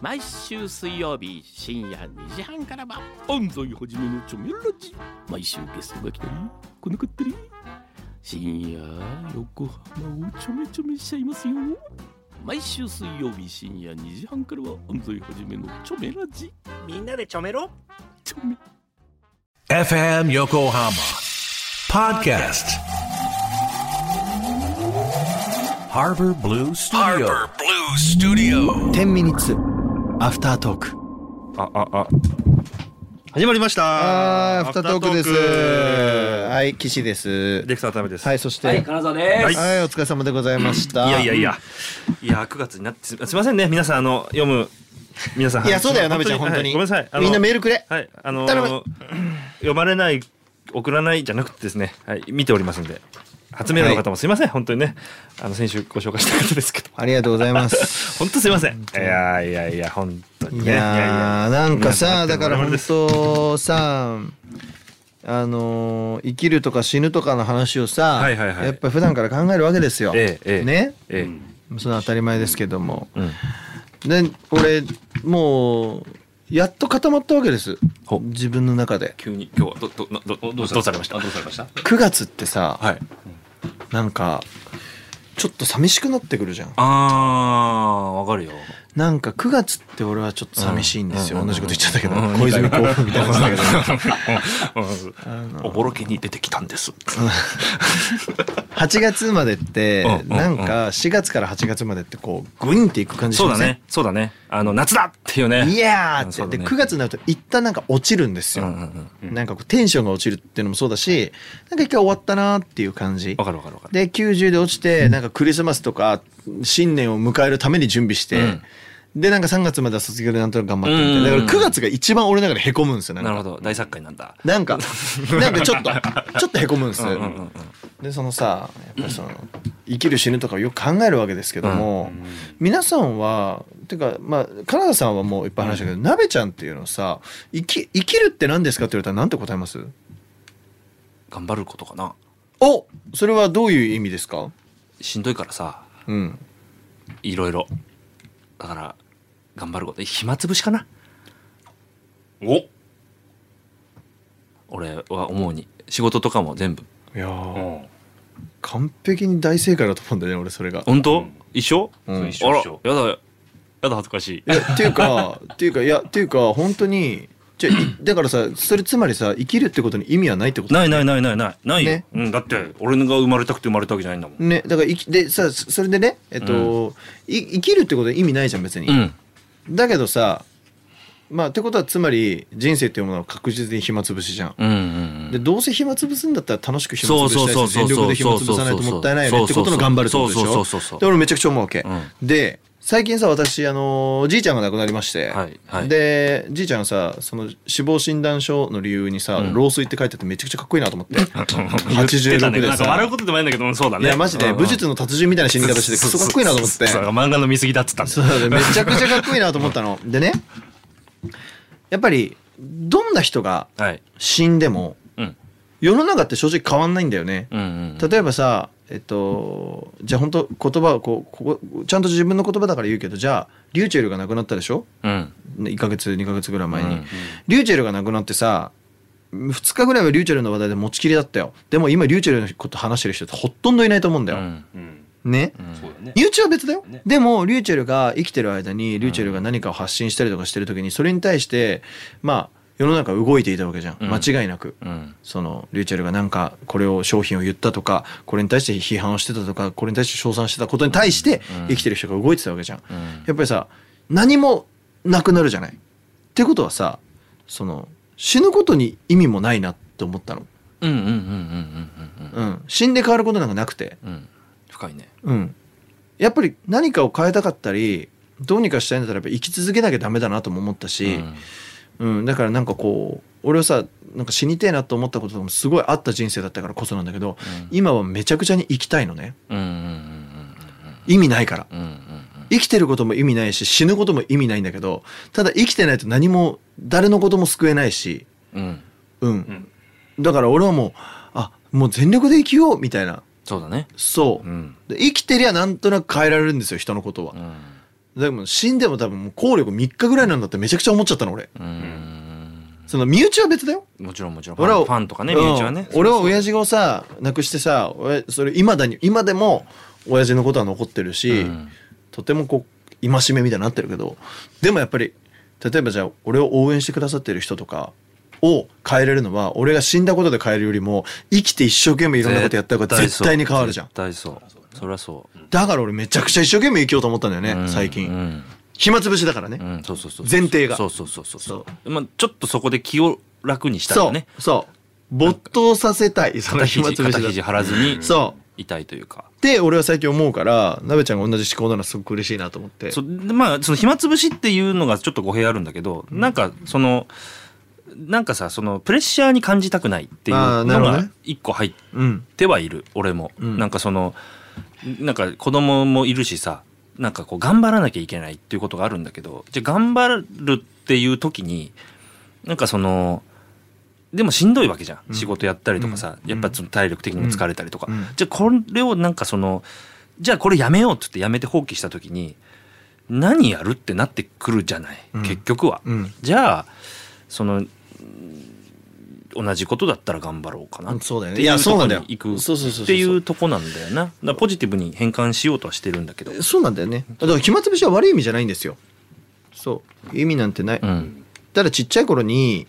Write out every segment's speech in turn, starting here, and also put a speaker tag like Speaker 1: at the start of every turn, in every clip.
Speaker 1: 毎週水曜日深夜2時半からは安西はじめのチョメラジ毎週ゲストが来たり来なかったり深夜横浜をちょめちょめしちゃいますよ毎週水曜日深夜2時半からは安西はじめのチョメラジ
Speaker 2: みんなでちょめろ
Speaker 1: チョメ
Speaker 3: FM Yokohama Podcast. Harbor Blue Studio.
Speaker 4: 10ミニッツアフタートーク
Speaker 5: あああ始まりました
Speaker 4: あーアフタートークです
Speaker 5: アフタートー
Speaker 4: はい岸です
Speaker 5: クディレクターためです
Speaker 4: はいそして
Speaker 6: は、
Speaker 4: はいい
Speaker 6: 金沢です。
Speaker 5: はい
Speaker 4: お疲れ様でございました
Speaker 5: いやいやいやいや9月になってすすいませんね皆さんあの読む皆さん
Speaker 4: いやそうだよなべちゃん本当
Speaker 5: はい
Speaker 4: に
Speaker 5: ごめんなさいあの
Speaker 4: みんなメールくれ
Speaker 5: はいあの
Speaker 4: 頼む
Speaker 5: 読まれない送らないじゃなくてですねはい見ておりますんで初メールの方もすいません本当にねあの先週ご紹介した方ですけど
Speaker 4: ありがとうございます
Speaker 5: 本当すいませんいやいや いや本当に
Speaker 4: い
Speaker 5: ね
Speaker 4: やーなんかさだから本
Speaker 5: 本
Speaker 4: 当さあのー生きるとか死ぬとかの話をさ、
Speaker 5: はいはいはい
Speaker 4: やっぱり普段から考えるわけですよ、
Speaker 5: ええええ
Speaker 4: ね
Speaker 5: え
Speaker 4: その当たり前ですけども
Speaker 5: えうん
Speaker 4: で俺もうやっと固まったわけです
Speaker 5: ほ
Speaker 4: 自分の中で
Speaker 5: 急に今日はどどどどどうされましたどうされました
Speaker 4: 9月ってさ、
Speaker 5: はい
Speaker 4: なんかちょっと寂しくなってくるじゃん
Speaker 5: あーわかるよ
Speaker 4: なんか9月って俺はちょっと寂しいんですよ、
Speaker 5: うん
Speaker 4: 同じこと言っちゃったけど、
Speaker 5: うん
Speaker 4: 小泉興奮みたいなことだけ ど
Speaker 5: おぼろけに出てきたん です
Speaker 4: 8月までって
Speaker 5: うんうん
Speaker 4: なんか4月から8月までってこうグインっていく感じし
Speaker 5: そう
Speaker 4: ま
Speaker 5: だ
Speaker 4: せん
Speaker 5: ねそうだねあの夏だっていうね
Speaker 4: イエー
Speaker 5: うん
Speaker 4: っ
Speaker 5: そ
Speaker 4: て、で
Speaker 5: うだね
Speaker 4: 9月になると一旦なんか落ちるんです
Speaker 5: うん
Speaker 4: よ、
Speaker 5: うんうん
Speaker 4: なんかこうテンションが落ちるっていうのもそうだしなんか一回終わったなっていう感じ
Speaker 5: わかるわかるわかる
Speaker 4: で90で落ちてなんかクリスマスとか新年を迎えるために準備して、
Speaker 5: うん
Speaker 4: でなんか3月までは卒業でなんとなく頑張ってみたいな
Speaker 5: うん
Speaker 4: だから9月が一番俺の中でへこむんですよなん
Speaker 5: なる
Speaker 4: か
Speaker 5: ほど大作家になんだ
Speaker 4: なん かなんかちょっとちょっとへこむんです
Speaker 5: うんうんうんうん
Speaker 4: でそのさやっぱりその生きる死ぬとかをよく考えるわけですけども、皆さんはてかまあ金田さんはもういっぱい話したけど、なべちゃんっていうのさ生き生きるって何ですかって言われたら何て答えます
Speaker 5: 頑張ることかな
Speaker 4: おそれはどういう意味ですか
Speaker 5: しんどいからさ
Speaker 4: うん
Speaker 5: いろいろだから頑張ること暇つぶしかな
Speaker 7: お
Speaker 5: 俺は思うに仕事とかも全部
Speaker 4: いやー
Speaker 7: うん
Speaker 4: 完璧に大正解だと思うんだよね俺それが。
Speaker 5: 本当、
Speaker 7: うん
Speaker 5: 一緒、
Speaker 4: うん
Speaker 7: 一緒
Speaker 5: あら
Speaker 7: 一緒
Speaker 5: やだやだ恥ずかしい
Speaker 4: いやっていうか っていうかいやっていうか本当にじゃあい だからさそれつまりさ生きるってことに意味はないってこと
Speaker 5: ないないないないないないよ、
Speaker 4: ね
Speaker 5: うん、だって俺が生まれたくて生まれたわけじゃないんだもん、
Speaker 4: ねだから生きでさそそれでねえっと、い生きるってことは意味ないじゃん別に、
Speaker 5: うん、
Speaker 4: だけどさまあってことはつまり人生っていうものは確実に暇つぶしじゃん、
Speaker 5: うんうん
Speaker 4: でどうせ暇つぶすんだったら楽しく暇つぶした
Speaker 5: そう
Speaker 4: いし
Speaker 5: そうそうそう
Speaker 4: 全力で暇つぶさないともったいないよねってことの頑張るってことでしょ
Speaker 5: そうそうそうそうそうそうそう
Speaker 4: で俺めちゃくちゃ思うわけ、
Speaker 5: う
Speaker 4: で最近さ私あのじいちゃんが亡くなりまして、
Speaker 5: はいはい
Speaker 4: でじいちゃんさその死亡診断書の理由にさ、
Speaker 5: うん
Speaker 4: 老衰って書いてあってめちゃくちゃかっこいいなと思って
Speaker 5: 言ってたね
Speaker 4: 86で
Speaker 5: なんか笑う
Speaker 4: さ
Speaker 5: ことでもないんだけどうんそうだ
Speaker 4: い
Speaker 5: ね
Speaker 4: やマジで武術
Speaker 5: の
Speaker 4: の達人みたいな死に方しててクソかっこいいなと思って
Speaker 5: 漫画の見過ぎだっつったんだよ
Speaker 4: そうめちゃくちゃかっこいいなと思ったの。でねやっぱりどんな人が
Speaker 5: はい
Speaker 4: 死んでも
Speaker 5: うん
Speaker 4: 世の中って正直変わんないんだよね。
Speaker 5: うんうん
Speaker 4: 例えばさえっとじゃあ本当言葉をこうここちゃんと自分の言葉だから言うけどじゃあリューチェルが亡くなったでしょ
Speaker 5: うん
Speaker 4: 1ヶ月2ヶ月ぐらい前に、
Speaker 5: うんうん
Speaker 4: リューチェルが亡くなってさ2日ぐらいはリューチェルの話題で持ちきりだったよでも今リューチェルのこと話してる人ってほとんどいないと思うんだ
Speaker 5: う
Speaker 4: よ、
Speaker 5: ん
Speaker 7: うん
Speaker 4: ね、
Speaker 7: そうだね
Speaker 4: 身内は別だよ、
Speaker 7: ね
Speaker 4: でもリューチェルが生きてる間にリューチェルが何かを発信したりとかしてる時にそれに対してまあ世の中動いていたわけじゃん
Speaker 5: うん
Speaker 4: 間違いなく、
Speaker 5: うん
Speaker 4: そのリューチェルがなんかこれを商品を言ったとかこれに対して批判をしてたとかこれに対して称賛してたことに対して
Speaker 5: うん
Speaker 4: 生きてる人が動いてたわけじゃん、
Speaker 5: うん
Speaker 4: やっぱりさ何もなくなるじゃないってことはさその死ぬことに意味もないなって思ったの、
Speaker 5: うんうんうんうんうん
Speaker 4: うん、死んで変わることなんかなくて、
Speaker 5: うんうん深いね
Speaker 4: うん、やっぱり何かを変えたかったりどうにかしたいんだったらやっぱ生き続けなきゃダメだなとも思ったし、
Speaker 5: うん
Speaker 4: うんだからなんかこう俺はさなんか死にてえなと思ったこととかもすごいあった人生だったからこそなんだけど、今はめちゃくちゃに生きたいのね
Speaker 5: うんうん
Speaker 4: 意味ないから
Speaker 5: うんうんうんうん
Speaker 4: 生きてることも意味ないし死ぬことも意味ないんだけどただ生きてないと何も誰のことも救えないし
Speaker 5: うんうん
Speaker 4: うん、だから俺はもうあもう全力で生きようみたいな
Speaker 5: そうだね
Speaker 4: そう
Speaker 5: う、ん
Speaker 4: で生きてりゃなんとなく変えられるんですよ人のことは
Speaker 5: う、ん
Speaker 4: でも死んでも多分もう効力3日ぐらいなんだってめちゃくちゃ思っちゃったの俺
Speaker 5: うん
Speaker 4: その身内は別だよ
Speaker 5: もちろんもちろんフ
Speaker 4: 俺は
Speaker 5: ァンとかね身内はね
Speaker 4: うん俺は親父をさ亡くしてさ俺それ今だに今でも親父のことは残ってるし、
Speaker 5: うん
Speaker 4: とてもこう戒めみたいになってるけどでもやっぱり例えばじゃあ俺を応援してくださってる人とかを変えれるのは俺が死んだことで変えるよりも生きて一生懸命いろんなことやった方が絶対に変わるじゃん
Speaker 5: 絶対そうそりゃそう
Speaker 4: だから俺めちゃくちゃ一生懸命生きようと思ったんだよね、
Speaker 5: うん
Speaker 4: 最近、
Speaker 5: うん
Speaker 4: 暇つぶしだからね、
Speaker 5: うんそうそうそう
Speaker 4: 前提が
Speaker 5: そうそうそうそうそうまあちょっとそこで気を楽にした
Speaker 4: そ
Speaker 5: よ
Speaker 4: う、
Speaker 5: ね
Speaker 4: そう没頭させたいその
Speaker 5: 肩
Speaker 4: 暇
Speaker 5: 肘
Speaker 4: つぶ
Speaker 5: 肩
Speaker 4: し
Speaker 5: 肘
Speaker 4: だ
Speaker 5: 張らずに
Speaker 4: そう
Speaker 5: いたいというか
Speaker 4: って俺は最近思うからなべちゃんが同じ思考なのはすごく嬉しいなと思って
Speaker 5: そうでまあその暇つぶしっていうのがちょっと語弊あるんだけど、なんかそのなんかさそのプレッシャーに感じたくないっていう
Speaker 4: あー
Speaker 5: の
Speaker 4: なるほど
Speaker 5: が
Speaker 4: ね
Speaker 5: 一個入っ
Speaker 4: うん
Speaker 5: てはいる俺も、
Speaker 4: うん
Speaker 5: なんかそのなんか子供もいるしさなんかこう頑張らなきゃいけないっていうことがあるんだけどじゃあ頑張るっていう時になんかそのでもしんどいわけじゃん、
Speaker 4: うん
Speaker 5: 仕事やったりとかさ、
Speaker 4: うん
Speaker 5: やっぱその体力的にも疲れたりとか、
Speaker 4: うん
Speaker 5: じゃあこれをなんかそのじゃあこれやめようって言ってやめて放棄した時に何やるってなってくるじゃない、
Speaker 4: うん
Speaker 5: 結局は、
Speaker 4: うん
Speaker 5: じゃあそのうん同じことだったら頑張ろうかな
Speaker 4: うんそうだよね
Speaker 5: ってい
Speaker 4: いやそうなんだよ
Speaker 5: とこに行く
Speaker 4: そうそうそうそう
Speaker 5: っていうとこなんだよなだからポジティブに変換しようとはしてるんだけど、
Speaker 4: そうなんだよねだから暇つぶしは悪い意味じゃないんですよそう意味なんてない、
Speaker 5: うん、
Speaker 4: ただちっちゃい頃に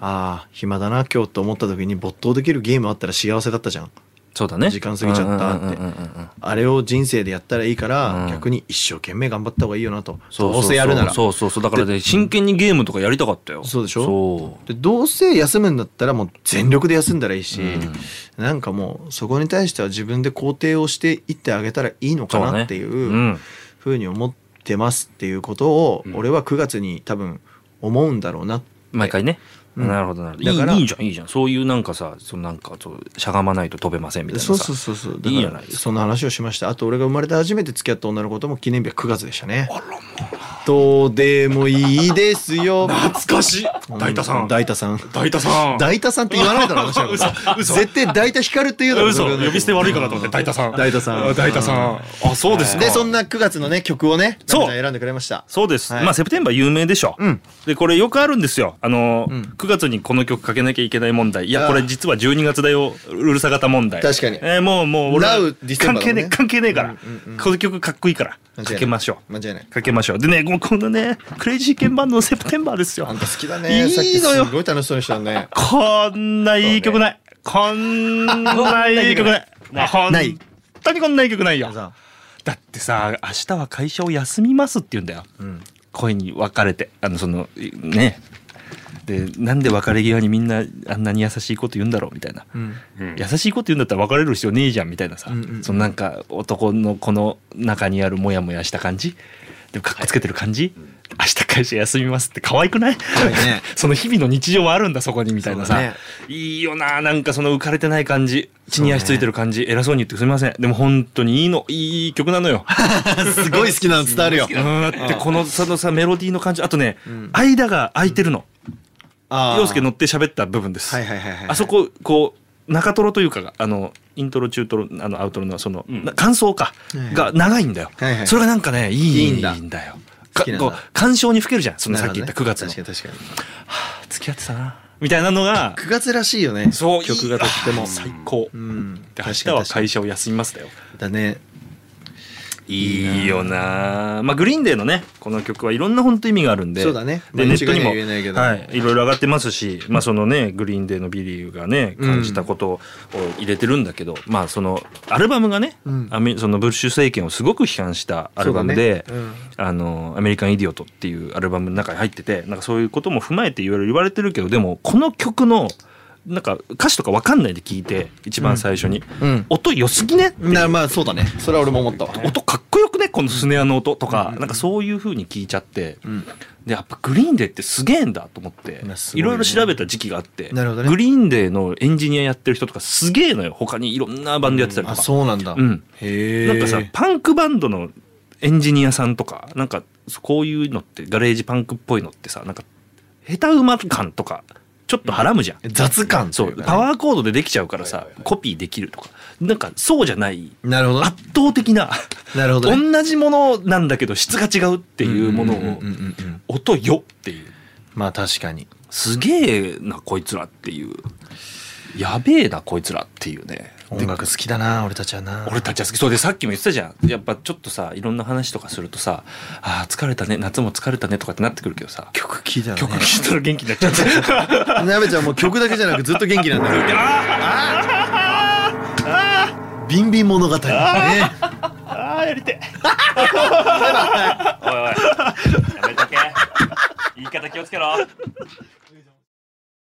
Speaker 4: ああ暇だな今日と思った時に没頭できるゲームあったら幸せだったじゃん
Speaker 5: そうだね
Speaker 4: 時間過ぎちゃったって
Speaker 5: うんうんうんうんうん
Speaker 4: あれを人生でやったらいいから、
Speaker 5: うん
Speaker 4: 逆に一生懸命頑張った方がいいよなと
Speaker 5: そうそう
Speaker 4: どう
Speaker 5: そう
Speaker 4: せやるなら
Speaker 5: そうそうそうだからね真剣にゲームとかやりたかったよ
Speaker 4: そうでしょ
Speaker 5: そう
Speaker 4: でどうせ休むんだったらもう全力で休んだらいいし、
Speaker 5: うん
Speaker 4: なんかもうそこに対しては自分で肯定をしていってあげたらいいのか
Speaker 5: そう
Speaker 4: な
Speaker 5: ね
Speaker 4: っていううんふうに思ってますっていうことを
Speaker 7: ん
Speaker 4: 俺は9月に多分思うんだろうな
Speaker 5: 毎回ね、
Speaker 4: うん
Speaker 5: なるほどなるほど
Speaker 4: だから
Speaker 5: いいいいじゃんいいじゃんそういうなんかさそのなんかそうしゃがまないと飛べませんみたいなさ
Speaker 4: そうそうそうそうだ
Speaker 5: いいじ
Speaker 4: か
Speaker 5: ゃな
Speaker 4: ら
Speaker 5: いですか
Speaker 4: そんな話をしましたあと俺が生まれて初めて付き合った女の子とも記念日は9月でしたねどうでもいいですよ
Speaker 7: 懐かしい大太さ
Speaker 4: うん大太さん
Speaker 7: 大太さん
Speaker 4: 大太さんって言わないだろ私は
Speaker 7: 嘘
Speaker 4: 絶対大太光るって言うだろ
Speaker 7: 嘘
Speaker 4: 僕の中で
Speaker 7: 呼び捨て悪いかなと思って大太さん
Speaker 4: 大太さん
Speaker 7: あ大太さんあそうですか
Speaker 4: でそんな9月のね曲をね
Speaker 5: そ
Speaker 4: ラム
Speaker 5: う
Speaker 4: ちゃん選んでくれました
Speaker 5: そうです、
Speaker 4: はい
Speaker 5: まあセプテンバー有名でしょ、
Speaker 4: うん
Speaker 5: でこれよくあるんですよあの、
Speaker 4: うん
Speaker 5: 9月にこの曲かけなきゃいけない問題い
Speaker 4: あ
Speaker 5: や
Speaker 4: あ
Speaker 5: これ実は12月だようるさ型問題
Speaker 4: 確かに
Speaker 5: えーもうもう俺は
Speaker 4: Now December だ
Speaker 5: 関係ね
Speaker 4: もんね
Speaker 5: え関係ねえから、
Speaker 4: うんうん
Speaker 5: この曲かっこいいから
Speaker 4: 間違いない
Speaker 5: かけましょう
Speaker 4: 間違いない
Speaker 5: かけましょうでねもうこのねクレイジーケンバンドのセプテンバーですよ
Speaker 4: あんた好きだね
Speaker 5: いいのよ
Speaker 4: さっきすごい楽しそうにしてた ね
Speaker 5: こんないい曲ない。こんないい曲ない。もう本当にこんないい曲ないよ。
Speaker 4: さ
Speaker 5: だってさ、明日は会社を休みますって言うんだよ。
Speaker 4: ん
Speaker 5: 声に分かれて。あの、その、ね。で、なんで別れ際にみんなあんなに優しいこと言うんだろうみたいな。
Speaker 4: うん
Speaker 5: 優しいこと言うんだったら別れる必要ねえじゃんみたいなさ、
Speaker 4: うんうん
Speaker 5: そのなんか男のこの中にあるモヤモヤした感じでもかっこつけてる感じ、明日会社休みますって可愛くない
Speaker 4: 愛いね
Speaker 5: その日々の日常はあるんだそこにみたいなさ、
Speaker 4: そうだね
Speaker 5: いいよななんかその浮かれてない感じ血に足ついてる感じ、偉そうに言ってすみませんでも本当にいいのいい曲なのよ
Speaker 4: すごい好きなの伝わるよ
Speaker 5: うんだってこのそのさメロディーの感じあとね、間が空いてるの
Speaker 4: あ
Speaker 5: 陽介乗
Speaker 4: の
Speaker 5: って喋った部分です、
Speaker 4: はいはいはいはい
Speaker 5: あそここう中トロというかがあのイントロ中トロあのアウトロのその、な感想か、
Speaker 4: はい
Speaker 5: が長いんだよ、
Speaker 4: はいはい
Speaker 5: それがなんかねいい
Speaker 4: いい
Speaker 5: い
Speaker 4: ん
Speaker 5: ん
Speaker 4: だ
Speaker 5: だよか
Speaker 4: きなんだ
Speaker 5: こう感傷にふけるじゃんその
Speaker 4: な
Speaker 5: さ
Speaker 4: る
Speaker 5: っ
Speaker 4: ほ
Speaker 5: き
Speaker 4: ど
Speaker 5: 言
Speaker 4: ね
Speaker 5: った9月
Speaker 4: 確
Speaker 5: の、
Speaker 4: かに確かに
Speaker 5: 付き合ってたなみたいなの が
Speaker 4: 9月らしいよね
Speaker 5: そう
Speaker 4: 曲がとっても
Speaker 5: いいあー最高、
Speaker 4: うん
Speaker 5: で明日は
Speaker 4: 確かに
Speaker 5: 会社を休みますだよ
Speaker 4: だね
Speaker 5: いいよなまあグリーンデーのねこの曲はいろんな本当意味があるんで
Speaker 4: そうだね
Speaker 5: で
Speaker 4: ま
Speaker 5: ネ
Speaker 4: あ
Speaker 5: ットに
Speaker 4: 一概には
Speaker 5: も
Speaker 4: 言えないけど
Speaker 5: はいいろいろ上がってますしまあそのねグリーンデーのビリーがね感じたことを入れてるんだけど、まあそのアルバムがね、
Speaker 4: ん
Speaker 5: アメそのブッシュ政権をすごく批判したアルバムで、
Speaker 4: そうだね
Speaker 5: あの「アメリカン・イディオット」っていうアルバムの中に入っててなんかそういうことも踏まえていろいろ言われてるけどでもこの曲のなんか歌詞とか分かんないで聞いて一番最初に、
Speaker 4: うん
Speaker 5: 音良すぎねっていう
Speaker 4: なまあそうだねそれは俺も思ったわ
Speaker 5: 音かっこよくねこのスネアの音とか、なんかそういう風に聞いちゃって、でやっぱグリーンデーってすげえんだと思って、
Speaker 4: まあすごい
Speaker 5: い
Speaker 4: よね
Speaker 5: ろいろ調べた時期があって、
Speaker 4: なるほどね
Speaker 5: グリーンデーのエンジニアやってる人とかすげえのよ他にいろんなバンドやってたりと
Speaker 4: あ
Speaker 5: か、
Speaker 4: そうなんだ
Speaker 5: うん
Speaker 4: へえ
Speaker 5: なんかさパンクバンドのエンジニアさんとかなんかこういうのってガレージパンクっぽいのってさなんか下手馬感とかちょっとはらむじゃん、
Speaker 4: 雑感と
Speaker 5: そ
Speaker 4: いうかね
Speaker 5: パワーコードでできちゃうからさ、コピーできるとかなんかそうじゃない
Speaker 4: なるほど
Speaker 5: 圧倒的な
Speaker 4: なるほどね
Speaker 5: 同じものなんだけど質が違うっていうものを
Speaker 4: うんうんうんうん
Speaker 5: 音よっていう
Speaker 4: まあ確かに
Speaker 5: すげえなこいつらっていうやべえなこいつらっていうね
Speaker 4: 音楽好きだな俺たちはな
Speaker 5: 俺たちは好きそうでさっきも言ってたじゃんやっぱちょっとさいろんな話とかするとさ「あー疲れたね夏も疲れたね」とかってなってくるけどさ
Speaker 4: 曲聴いたらね
Speaker 5: 曲聴いたら元気になっちゃって「
Speaker 4: なべちゃんもう曲だけじゃなくずっと元気なんだ よ。あービンビン物語ね。
Speaker 8: ああやりてえおいおいやめとけ言い方気をつけろ